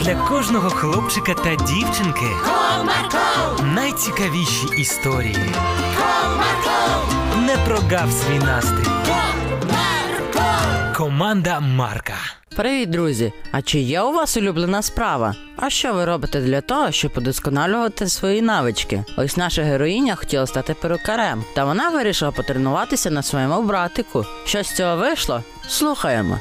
для кожного хлопчика та дівчинки Comarco, найцікавіші історії. Comarco, Не прогав свій настрій. Comarco. Команда Марка. Привіт, друзі! А чи є у вас улюблена справа? А що ви робите для того, щоб удосконалювати свої навички? Ось наша героїня хотіла стати перукарем, та вона вирішила потренуватися на своєму братику. Що з цього вийшло? Слухаємо.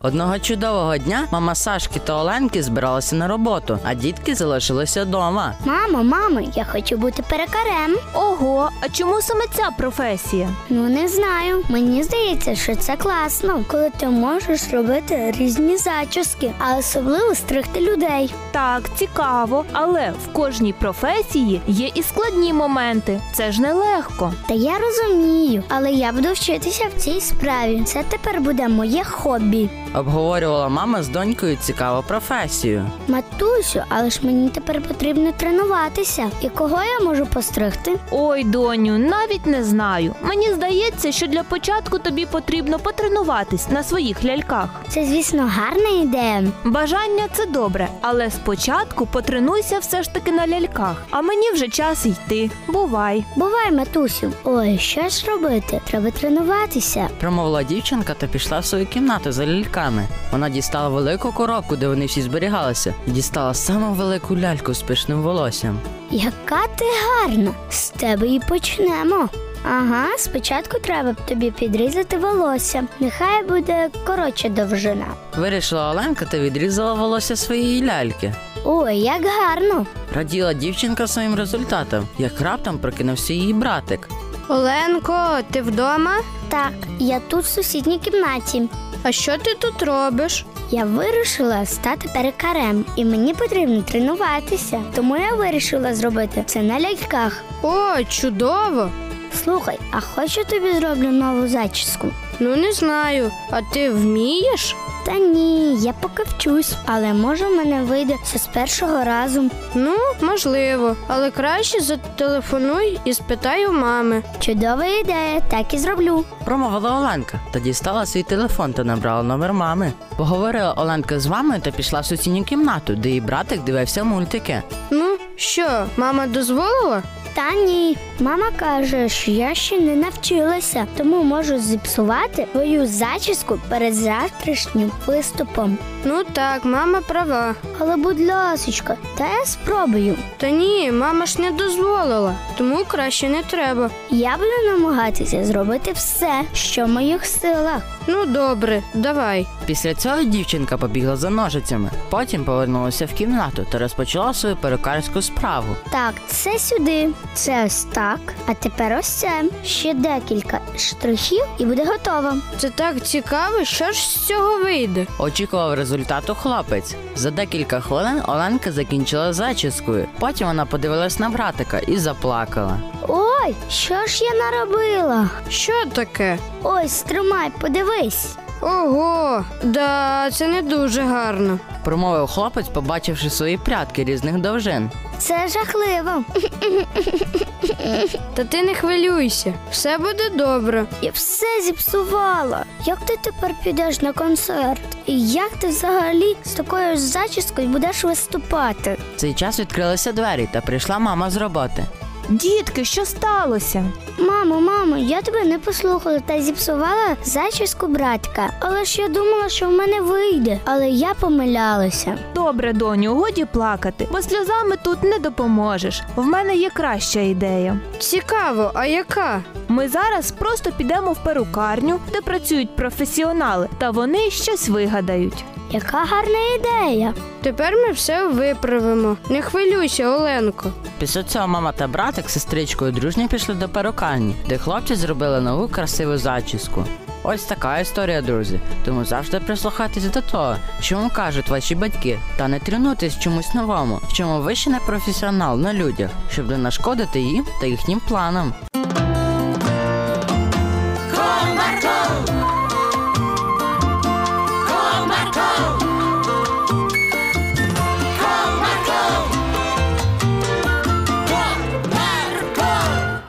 Одного чудового дня мама Сашки та Оленки збиралася на роботу, а дітки залишилися вдома. Мамо, мамо, я хочу бути перекарем. Ого, а чому саме ця професія? Ну не знаю. Мені здається, що це класно, коли ти можеш робити різні зачіски, а особливо стригти людей. Так, цікаво, але в кожній професії є і складні моменти. Це ж нелегко. Та я розумію, але я буду вчитися в цій справі. Це тепер буде моє хобі. Обговорювала мама з донькою цікаву професію. Матусю, але ж мені тепер потрібно тренуватися. І кого я можу постригти? Ой, доню, навіть не знаю. Мені здається, що для початку тобі потрібно потренуватись на своїх ляльках. Це, звісно, гарна ідея. Бажання це добре, але спочатку потренуйся все ж таки на ляльках. А мені вже час йти. Бувай. Бувай, матусю. Ой, що ж робити? Треба тренуватися. Промовила дівчинка та пішла в свою кімнату за ляльками. Вона дістала велику коробку, де вони всі зберігалися, і дістала саму велику ляльку з пишним волоссям. Яка ти гарна! З тебе і почнемо. Ага, спочатку треба б тобі підрізати волосся. Нехай буде коротша довжина. Вирішила Оленка та відрізала волосся своєї ляльки. Ой, як гарно! Раділа дівчинка своїм результатом, як раптом прокинувся її братик. Оленко, ти вдома? Так, я тут в сусідній кімнаті. А що ти тут робиш? Я вирішила стати перекарем, і мені потрібно тренуватися. Тому я вирішила зробити це на ляльках. О, чудово! Слухай, а хочу тобі зроблю нову зачіску. Ну не знаю, а ти вмієш? Та ні, я поки вчусь, але може в мене вийде все з першого разу. Ну, можливо, але краще зателефонуй і спитай у мами. Чудова ідея, так і зроблю. Промовила Оленка та дістала свій телефон та набрала номер мами. Поговорила Оленка з мамою та пішла в сусідню кімнату, де її братик дивився мультики. Ну що, мама дозволила? Та ні, мама каже, що я ще не навчилася, тому можу зіпсувати твою зачіску перед завтрашнім виступом. Ну так, мама права. Але будь ласочка, та я спробую. Та ні, мама ж не дозволила, тому краще не треба. Я буду намагатися зробити все, що в моїх силах. Ну добре, давай. Після цього дівчинка побігла за ножицями, потім повернулася в кімнату та розпочала свою перукарську справу. Так, це сюди, це ось так, а тепер ось це. Ще декілька штрихів і буде готово. Це так цікаво, що ж з цього вийде. Очікував результату хлопець. За декілька хвилин Оленка закінчила зачіскою. Потім вона подивилась на братика і заплакала. Ой, що ж я наробила? Що таке? Ось, тримай, подивись. Ого, да, це не дуже гарно. Промовив хлопець, побачивши свої прядки різних довжин. Це жахливо. Та ти не хвилюйся, все буде добре. Я все зіпсувала. Як ти тепер підеш на концерт? І як ти взагалі з такою ж зачіскою будеш виступати? В цей час відкрилися двері та прийшла мама з роботи. Дітки, що сталося? Мамо, мамо, я тебе не послухала та зіпсувала зачіску братка. Але ж я думала, що в мене вийде, але я помилялася. Добре, доню, годі плакати, бо сльозами тут не допоможеш. В мене є краща ідея. Цікаво, а яка? Ми зараз просто підемо в перукарню, де працюють професіонали, та вони щось вигадають. Яка гарна ідея. Тепер ми все виправимо. Не хвилюйся, Оленко. Після цього мама та братик з сестричкою дружні пішли до перукальні, де хлопці зробили нову красиву зачіску. Ось така історія, друзі. Тому завжди прислухайтеся до того, що вам кажуть ваші батьки, та не тренуйтесь чомусь новому, в чому ви ще не професіонал на людях, щоб не нашкодити їм та їхнім планам.